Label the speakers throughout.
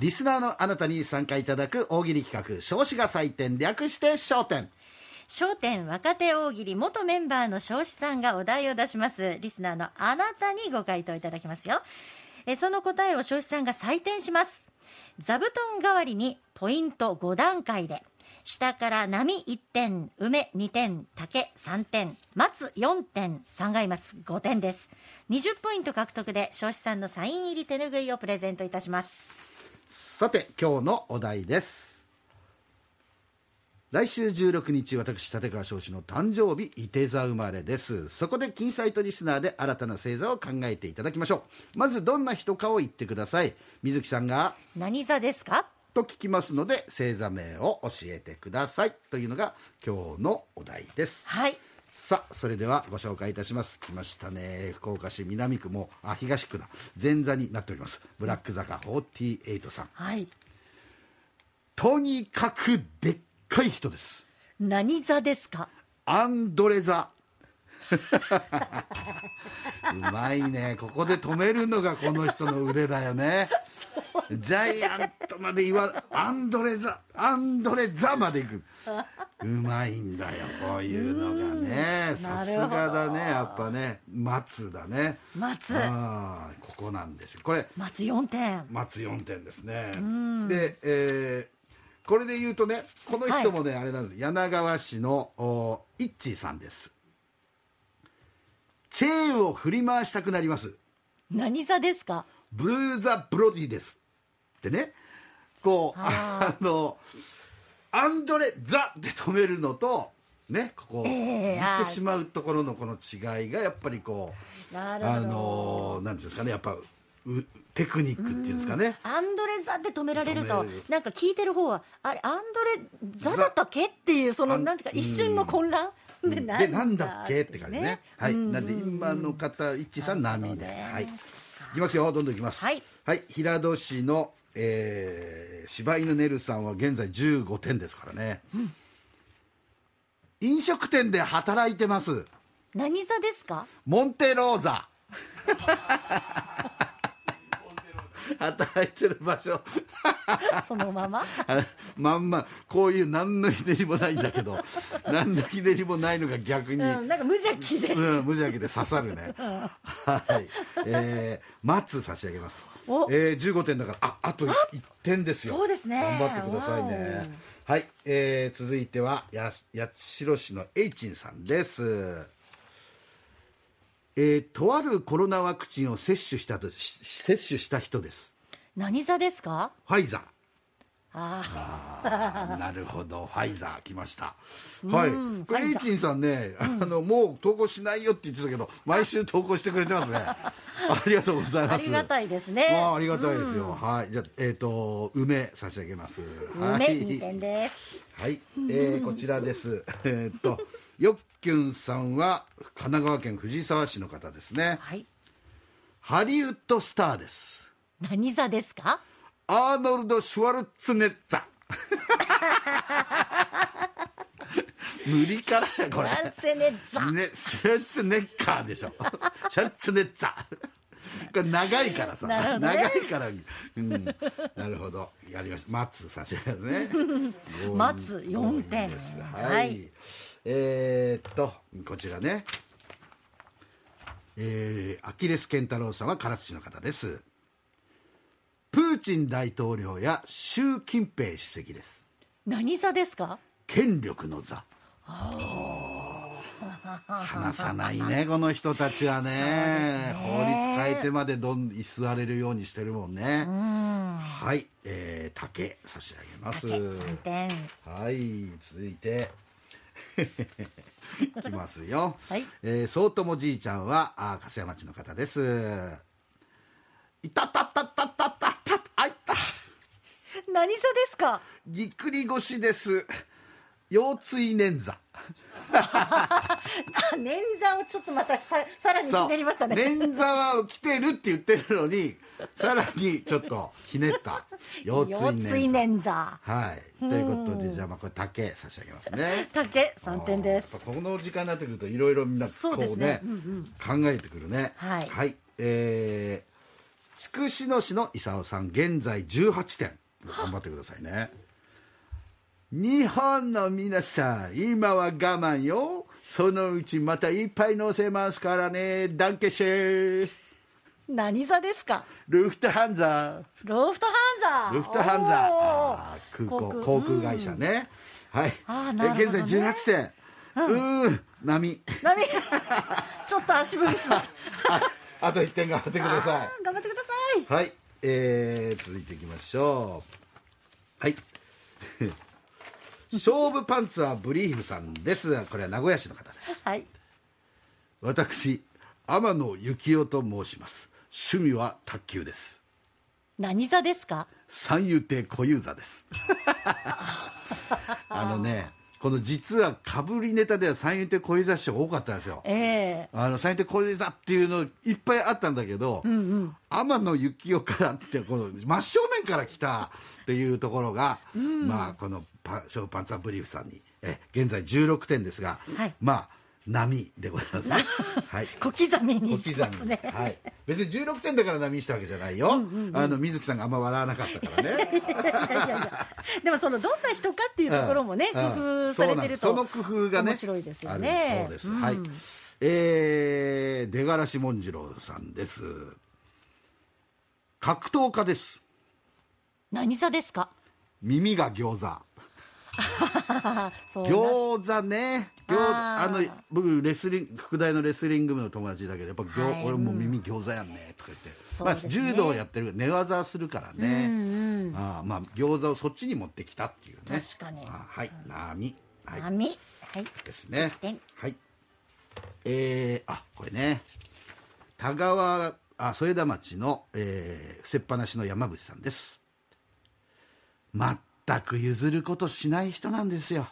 Speaker 1: リスナーのあなたに参加いただく大喜利企画少子が採点略して焦点
Speaker 2: 焦点若手大喜利元メンバーの彰子さんがお題を出しますリスナーのあなたにご回答いただきますよえその答えを彰子さんが採点します座布団代わりにポイント5段階で下から波1点梅2点竹3点松4点三階松5点です20ポイント獲得で彰子さんのサイン入り手ぬぐいをプレゼントいたします
Speaker 1: さて今日のお題です来週16日私立川少子の誕生日伊手座生まれですそこで金サイトリスナーで新たな星座を考えていただきましょうまずどんな人かを言ってください水木さんが
Speaker 2: 何座ですか
Speaker 1: と聞きますので星座名を教えてくださいというのが今日のお題です
Speaker 2: はい
Speaker 1: さあそれではご紹介いたします来ましたね福岡市南区もあ東区だ前座になっておりますブラック坂48さん
Speaker 2: はい
Speaker 1: とにかくでっかい人です
Speaker 2: 何座ですか
Speaker 1: アンドレザうまいねここで止めるのがこの人の腕だよねジャイアントまで言わアンドレザアンドレザまでいくうまいんだよこういうのがねさすがだねやっぱね松だね
Speaker 2: 松
Speaker 1: あーここなんですよこれ
Speaker 2: 松4点
Speaker 1: 松4点ですね。で、えーこれで言うとね、この人もね、あれなんです。柳川市のおイッチーさんです。チェーンを振り回したくなります。
Speaker 2: 何座ですか
Speaker 1: ブルーザ・ブロディです。ってね、こう、あ
Speaker 2: あ
Speaker 1: の、アンドレ・ザで止めるのと、ね、ここ、
Speaker 2: ええ
Speaker 1: 言っ
Speaker 2: あ
Speaker 1: て
Speaker 2: ー
Speaker 1: しまうところのこの違いが、やっぱりこう、
Speaker 2: なるほど
Speaker 1: あの、なんていうんですかね、やっぱ、うテクニックっていうんですかね。
Speaker 2: アンドレ座で止められる
Speaker 1: 止
Speaker 2: と
Speaker 1: められる
Speaker 2: なんか聞いてる方はあれアンドレ座だったっけっていうそ
Speaker 1: あ
Speaker 2: の
Speaker 1: ん
Speaker 2: なんていうか一瞬の混乱で
Speaker 1: でなんだっけって感じねはいなんで今の方一さん波で、
Speaker 2: な
Speaker 1: は
Speaker 2: る
Speaker 1: い
Speaker 2: ほどね
Speaker 1: いきますよどんどんいきます
Speaker 2: はい、
Speaker 1: 平戸市の、えー、柴犬ねるさんは現在15点ですからね、飲食店で働いてます
Speaker 2: 何座ですか
Speaker 1: モンテローザ働いてる場所
Speaker 2: そのまま
Speaker 1: あのまんまこういう何のひねりもないんだけど何のひねりもないのが逆に、
Speaker 2: うんなんか無邪気で
Speaker 1: うん、無邪気で刺さる ね。はい。えー、松差し上げます。
Speaker 2: お
Speaker 1: えー、15点だから、あ、あと1点ですよ。
Speaker 2: そうですね
Speaker 1: 頑張ってください
Speaker 2: わ
Speaker 1: ね。はい。えー、続いては、や、八代市のエイチンさんです。えー、とあるコロナワクチンを接種したと、し接種した人です。
Speaker 2: 何座ですか
Speaker 1: ファイザー。
Speaker 2: あ
Speaker 1: あーなるほど、ファイザー来ました。はい、
Speaker 2: うん
Speaker 1: これ
Speaker 2: ファ
Speaker 1: エ
Speaker 2: イ
Speaker 1: イ
Speaker 2: ザー
Speaker 1: チンさんね、あのもう投稿しないよって言ってたけど、毎週投稿してくれてます ね。ありがとうござい
Speaker 2: あ
Speaker 1: ま
Speaker 2: あ
Speaker 1: す。
Speaker 2: りがたいですね
Speaker 1: まあ、ありがたいですよ。はい、じゃあ、えっ、と、梅差し上げます。は
Speaker 2: 梅2
Speaker 1: い、
Speaker 2: 点です
Speaker 1: はい、えーこちらです。えっと、よっきゅんさんは神奈川県藤沢市の方ですね。
Speaker 2: はい
Speaker 1: ハリウッドスターです。
Speaker 2: 何座ですか
Speaker 1: アーノルド・シュワルツェネッツァ 無理からやこれ
Speaker 2: 男性ね座
Speaker 1: ね、シュワルツェネッカーでしょシュワルツェネッツァこれ長い からさ、
Speaker 2: なるほどね
Speaker 1: 長いから、うん、なるほどやりました松差し上げますね
Speaker 2: 松四点
Speaker 1: 多いですはい、
Speaker 2: はい
Speaker 1: えーっとこちらねえーアキレス健太郎さんは唐津市の方ですプーチン大統領や習近平主席です
Speaker 2: 何座ですか
Speaker 1: 権力の座話さないねこの人たちはね法律変えてまでどん居座れるようにしてるもんねはい、えー竹差し上げます
Speaker 2: 竹3点
Speaker 1: はい続いて いきますよ、
Speaker 2: はい
Speaker 1: えー、総友じいちゃんはあー粕屋町の方ですいたたたたたたたあいた
Speaker 2: 何座ですか
Speaker 1: ぎっくり腰です腰椎捻 挫
Speaker 2: あ捻挫をちょっとまたささらにひねりましたね
Speaker 1: 捻挫は来てるって言ってるの にさらにちょっとひねった腰椎
Speaker 2: 腰椎
Speaker 1: 捻挫
Speaker 2: 捻挫
Speaker 1: はいということでじゃあまあこれ竹差し上げますね
Speaker 2: 竹3点です
Speaker 1: あーやっぱこの時間になってくるといろいろみんなこ
Speaker 2: そうで
Speaker 1: う
Speaker 2: す
Speaker 1: ね
Speaker 2: ね
Speaker 1: 考えてくるね
Speaker 2: はい
Speaker 1: えー筑紫野市の功さん現在18点頑張ってくださいね日本の皆さん今は我慢よそのうちまたいっぱい乗せますからねダンケシェ
Speaker 2: 何座ですか
Speaker 1: ルフトハンザ
Speaker 2: ロフトハンザ
Speaker 1: ルフトハンザ
Speaker 2: おー
Speaker 1: あー空港航空会社ね、はい
Speaker 2: あーなる
Speaker 1: え
Speaker 2: ほ
Speaker 1: 現
Speaker 2: どね
Speaker 1: 在18点、うーん波
Speaker 2: 波 ちょっと足踏みしました
Speaker 1: あ あと1点頑張ってください
Speaker 2: 頑張ってください
Speaker 1: はい、えー、続いていきましょうはい 勝負パンツァーブリーフさんですこれは名古屋市の方です
Speaker 2: はい
Speaker 1: 私天野幸雄と申します趣味は卓球です
Speaker 2: 何座ですか
Speaker 1: 三遊亭小遊三です あのねこの実はかぶりネタでは三遊亭小遊三師匠多かったんですよ
Speaker 2: ええ
Speaker 1: あの三遊亭小遊三っていうのいっぱいあったんだけど、天野幸雄からってこの真正面から来たっていうところが、まあこのパ「ショーパンツァーブリーフ」さんにえ現在16点ですが、
Speaker 2: はい
Speaker 1: まあ波でございますね。 はい
Speaker 2: 小刻みに
Speaker 1: 小
Speaker 2: いきま
Speaker 1: 刻
Speaker 2: す
Speaker 1: み、
Speaker 2: ね
Speaker 1: はい、別に16点だから波したわけじゃないよ、あの水木さんがあんま笑わなかったからね
Speaker 2: いやいやいやいや でもそのどんな人かっていうところもね、
Speaker 1: うんうん
Speaker 2: 工夫されてると
Speaker 1: そうなんですその工夫がね
Speaker 2: 面白いですよね
Speaker 1: あるそうです、はいえー、出がらしもんじろうさんです格闘家です
Speaker 2: 何座ですか
Speaker 1: 耳が餃子
Speaker 2: あそうな
Speaker 1: 餃子ね餃子あ
Speaker 2: あー
Speaker 1: の僕レスリング副大のレスリング部の友達だけどやっぱ餃、
Speaker 2: はい
Speaker 1: 俺もう耳餃子やんねとか言って、
Speaker 2: そう
Speaker 1: まあ
Speaker 2: です、ね
Speaker 1: 柔道やってる寝技するからね、あーまあ餃子をそっちに持ってきたっていうね
Speaker 2: 確かに
Speaker 1: あーはい波はい
Speaker 2: 波はい
Speaker 1: ですね
Speaker 2: 点。
Speaker 1: はい。えー、あこれね。田川あ添田町の、えー、伏せっぱなしの山口さんです。全く譲ることしない人なんですよ。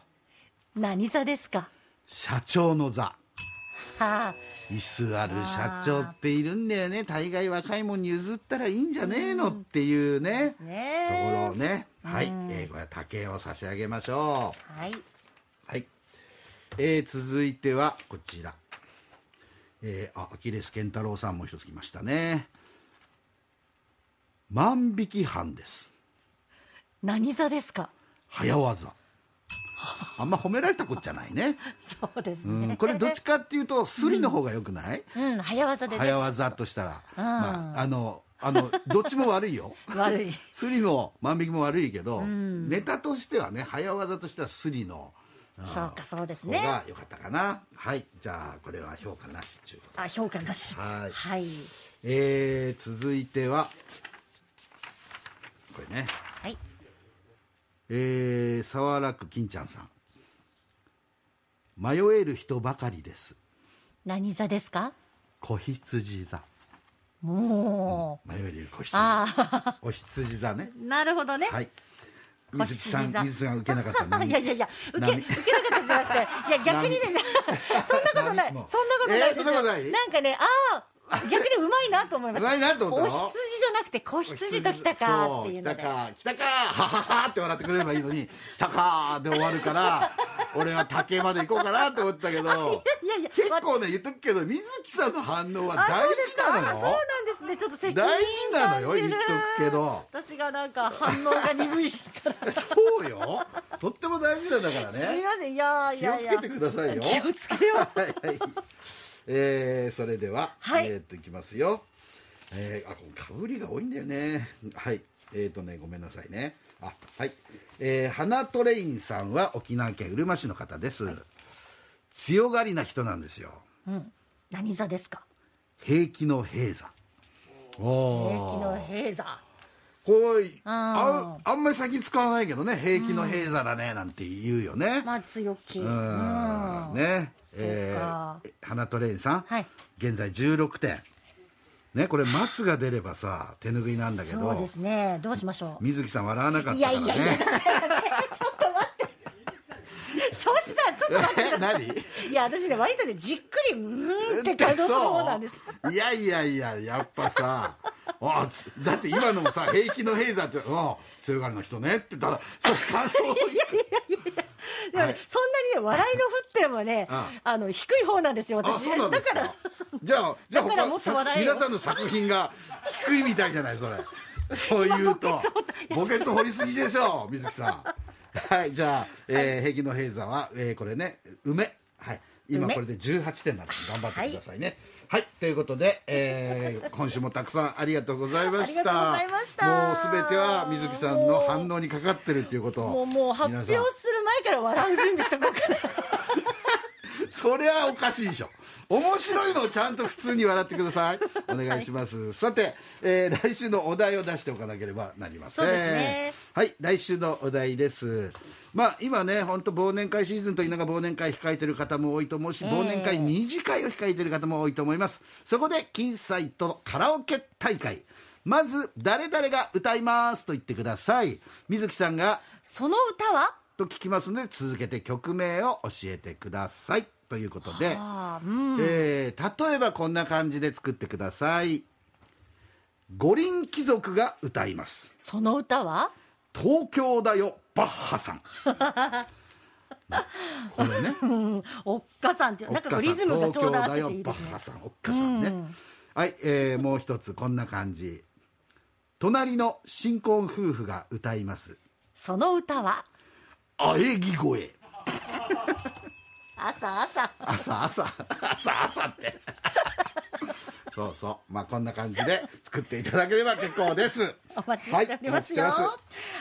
Speaker 2: 何座ですか
Speaker 1: 社長の座。
Speaker 2: はあ
Speaker 1: 椅子ある社長っているんだよね。大概若いもんに譲ったらいいんじゃねえのっていうね。ところ
Speaker 2: ね
Speaker 1: をね。はい。えー、これは竹を差し上げましょう。
Speaker 2: はい
Speaker 1: はい、えー続いてはこちら、えーあアキレス健太郎さんも一つ来ましたね万引き犯です
Speaker 2: 何座ですか
Speaker 1: 早技あんま褒められたことじゃないね、
Speaker 2: そうです
Speaker 1: う
Speaker 2: ね、
Speaker 1: ん、これどっちかっていうとスリの方がよくない、
Speaker 2: うん早技でね
Speaker 1: 早技としたら、
Speaker 2: ん
Speaker 1: まあ、あのあのどっちも悪いよ
Speaker 2: 悪い
Speaker 1: スリも万引きも悪いけど、ネタとしてはね早技としてはスリのうん
Speaker 2: そうかそうです
Speaker 1: 方
Speaker 2: ね
Speaker 1: が良かったかな、はいじゃあこれは評価なしっていうこと
Speaker 2: あ評価なし
Speaker 1: はい
Speaker 2: はい、
Speaker 1: えー、続いてはこれね
Speaker 2: はい
Speaker 1: えー、沢楽金ちゃんさん迷える人ばかりです
Speaker 2: 何座ですか
Speaker 1: 子羊座
Speaker 2: も
Speaker 1: 迷える子
Speaker 2: う、あ
Speaker 1: 羊
Speaker 2: あ
Speaker 1: お羊座ね
Speaker 2: ーなるほどね、
Speaker 1: はい水木さ
Speaker 2: 子羊座
Speaker 1: ん水木さんが受けなかった
Speaker 2: あ
Speaker 1: 波
Speaker 2: いやいやいや受け
Speaker 1: 波
Speaker 2: 受けなかったんじゃなくていや逆にねそんなことな
Speaker 1: 波
Speaker 2: いそんな
Speaker 1: も
Speaker 2: ことない
Speaker 1: えーそんなことない
Speaker 2: なんかねああ逆にうまいなと思いまし
Speaker 1: うまいなと思った
Speaker 2: お
Speaker 1: の
Speaker 2: 羊じゃなくて子羊ときたかっていうの
Speaker 1: そ来た
Speaker 2: で
Speaker 1: か来たかはははって笑ってくれればいいのに来たかで終わるから俺は竹まで行こうかなと思ったけど
Speaker 2: いやいや
Speaker 1: 結構ね言っとくけど水木さんの反応は大事な
Speaker 2: あ
Speaker 1: の
Speaker 2: そう
Speaker 1: よ
Speaker 2: なんですねちょっと責任
Speaker 1: 大事なのよ
Speaker 2: 感じ
Speaker 1: 言っ
Speaker 2: る
Speaker 1: とくけど
Speaker 2: 私がなんか反応が 鈍いから
Speaker 1: そうよとっても大事なんだから
Speaker 2: すみ
Speaker 1: ね
Speaker 2: ませんいやい
Speaker 1: 気を
Speaker 2: やい
Speaker 1: つ
Speaker 2: や
Speaker 1: けてくださいよ
Speaker 2: 気をつけよう
Speaker 1: はいはいえーそれでは、
Speaker 2: はい
Speaker 1: えーっといきますよえーあこれかぶりが多いんだよねはいえーっとねごめんなさいねあはいえー花トレインさんは沖縄県うるま市の方です、強がりな人なんですよ
Speaker 2: 何座ですか
Speaker 1: 平気の平座
Speaker 2: 平気
Speaker 1: お
Speaker 2: の平座
Speaker 1: こう
Speaker 2: あ
Speaker 1: ああんまり先使わないけどね平気の平座だねなんて言うよね、
Speaker 2: まあ強気う
Speaker 1: うんんねえ
Speaker 2: そう
Speaker 1: ー
Speaker 2: か、
Speaker 1: 花トレインさん、
Speaker 2: はい
Speaker 1: 現在16点ねこれ松が出ればさ手拭いなんだけ
Speaker 2: そう
Speaker 1: ど
Speaker 2: ですねどうしましょう
Speaker 1: 水木さん笑わなかっ
Speaker 2: い
Speaker 1: た
Speaker 2: や
Speaker 1: から
Speaker 2: いやいや、
Speaker 1: ね
Speaker 2: ちょっと待って。 少子さん、ちょっと待ってく
Speaker 1: え
Speaker 2: だ さ
Speaker 1: 何
Speaker 2: い。いや、私ね、割とね、じっくり、うーんって感動する方なんです。
Speaker 1: そういやいやいややっぱさあつだって今のもさ平気の平座って「うん強がりの人ね」ってただそれ感想を言って
Speaker 2: でもね
Speaker 1: はい
Speaker 2: そんなにね笑いの沸点はね
Speaker 1: あ
Speaker 2: あの低い方なんですよ
Speaker 1: あ
Speaker 2: 私
Speaker 1: そうなんですか
Speaker 2: だから
Speaker 1: じゃあじゃあ
Speaker 2: だからもっと
Speaker 1: 他
Speaker 2: 笑
Speaker 1: さ
Speaker 2: えよ
Speaker 1: 皆さんの作品が低いみたいじゃないそれそういう と墓穴掘りすぎでしょう水木さんはいじゃあ、えー平均の平座は、えーこれね梅はい今
Speaker 2: 梅
Speaker 1: これで18点なので頑張ってくださいねはい、ということで、えー今週もたくさんありがとうございました
Speaker 2: ありがとうございました
Speaker 1: もうすべては水木さんの反応にかかってるっていうことを
Speaker 2: もうもう発
Speaker 1: 皆
Speaker 2: 表
Speaker 1: さん
Speaker 2: する前から笑う準備しとこうかな
Speaker 1: そりゃおかしいでしょ面白いのをちゃんと普通に笑ってください お願いします、さて、えー来週のお題を出しておかなければなりません
Speaker 2: そうですね
Speaker 1: はい来週のお題ですまあ今ね本当忘年会シーズンと言いながら忘年会控えてる方も多いと思うし、忘年会二次会を控えてる方も多いと思いますそこで金イとカラオケ大会まず誰々が歌いますと言ってください水木さんが
Speaker 2: その歌は
Speaker 1: と聞きますので続けて曲名を教えてくださいということで、
Speaker 2: あーうん
Speaker 1: えー例えばこんな感じで作ってください五輪貴族が歌います
Speaker 2: その歌は
Speaker 1: 「東京だよバッハさ ん」これね
Speaker 2: おっかさんっていうなんかこうリズムがちょうど合ってていい
Speaker 1: バ
Speaker 2: で
Speaker 1: ッ
Speaker 2: すね
Speaker 1: ハさんおっかさんね、はい、えーもう一つこんな感じ隣の新婚夫婦が歌います
Speaker 2: その歌は
Speaker 1: 「あえぎ声」
Speaker 2: 朝朝
Speaker 1: 朝朝朝朝ってそうそうまあこんな感じで作っていただければ結構です
Speaker 2: お待ちしておりますよ、
Speaker 1: はいお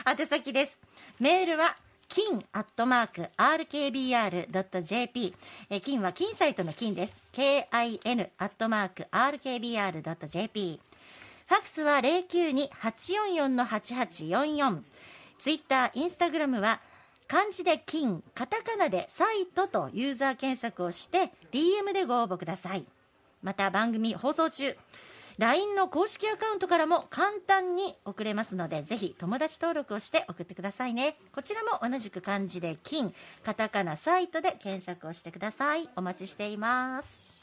Speaker 1: 待ちして
Speaker 2: 宛先ですメールは金アットマーク RKBR.jp えー金は金サイトの金です KIN アットマーク RKBR.jp ファックスは092844の8844ツイッターインスタグラムは漢字で金カタカナでサイトとユーザー検索をして DM でご応募くださいまた番組放送中 LINE の公式アカウントからも簡単に送れますのでぜひ友達登録をして送ってくださいねこちらも同じく漢字で金カタカナサイトで検索をしてくださいお待ちしています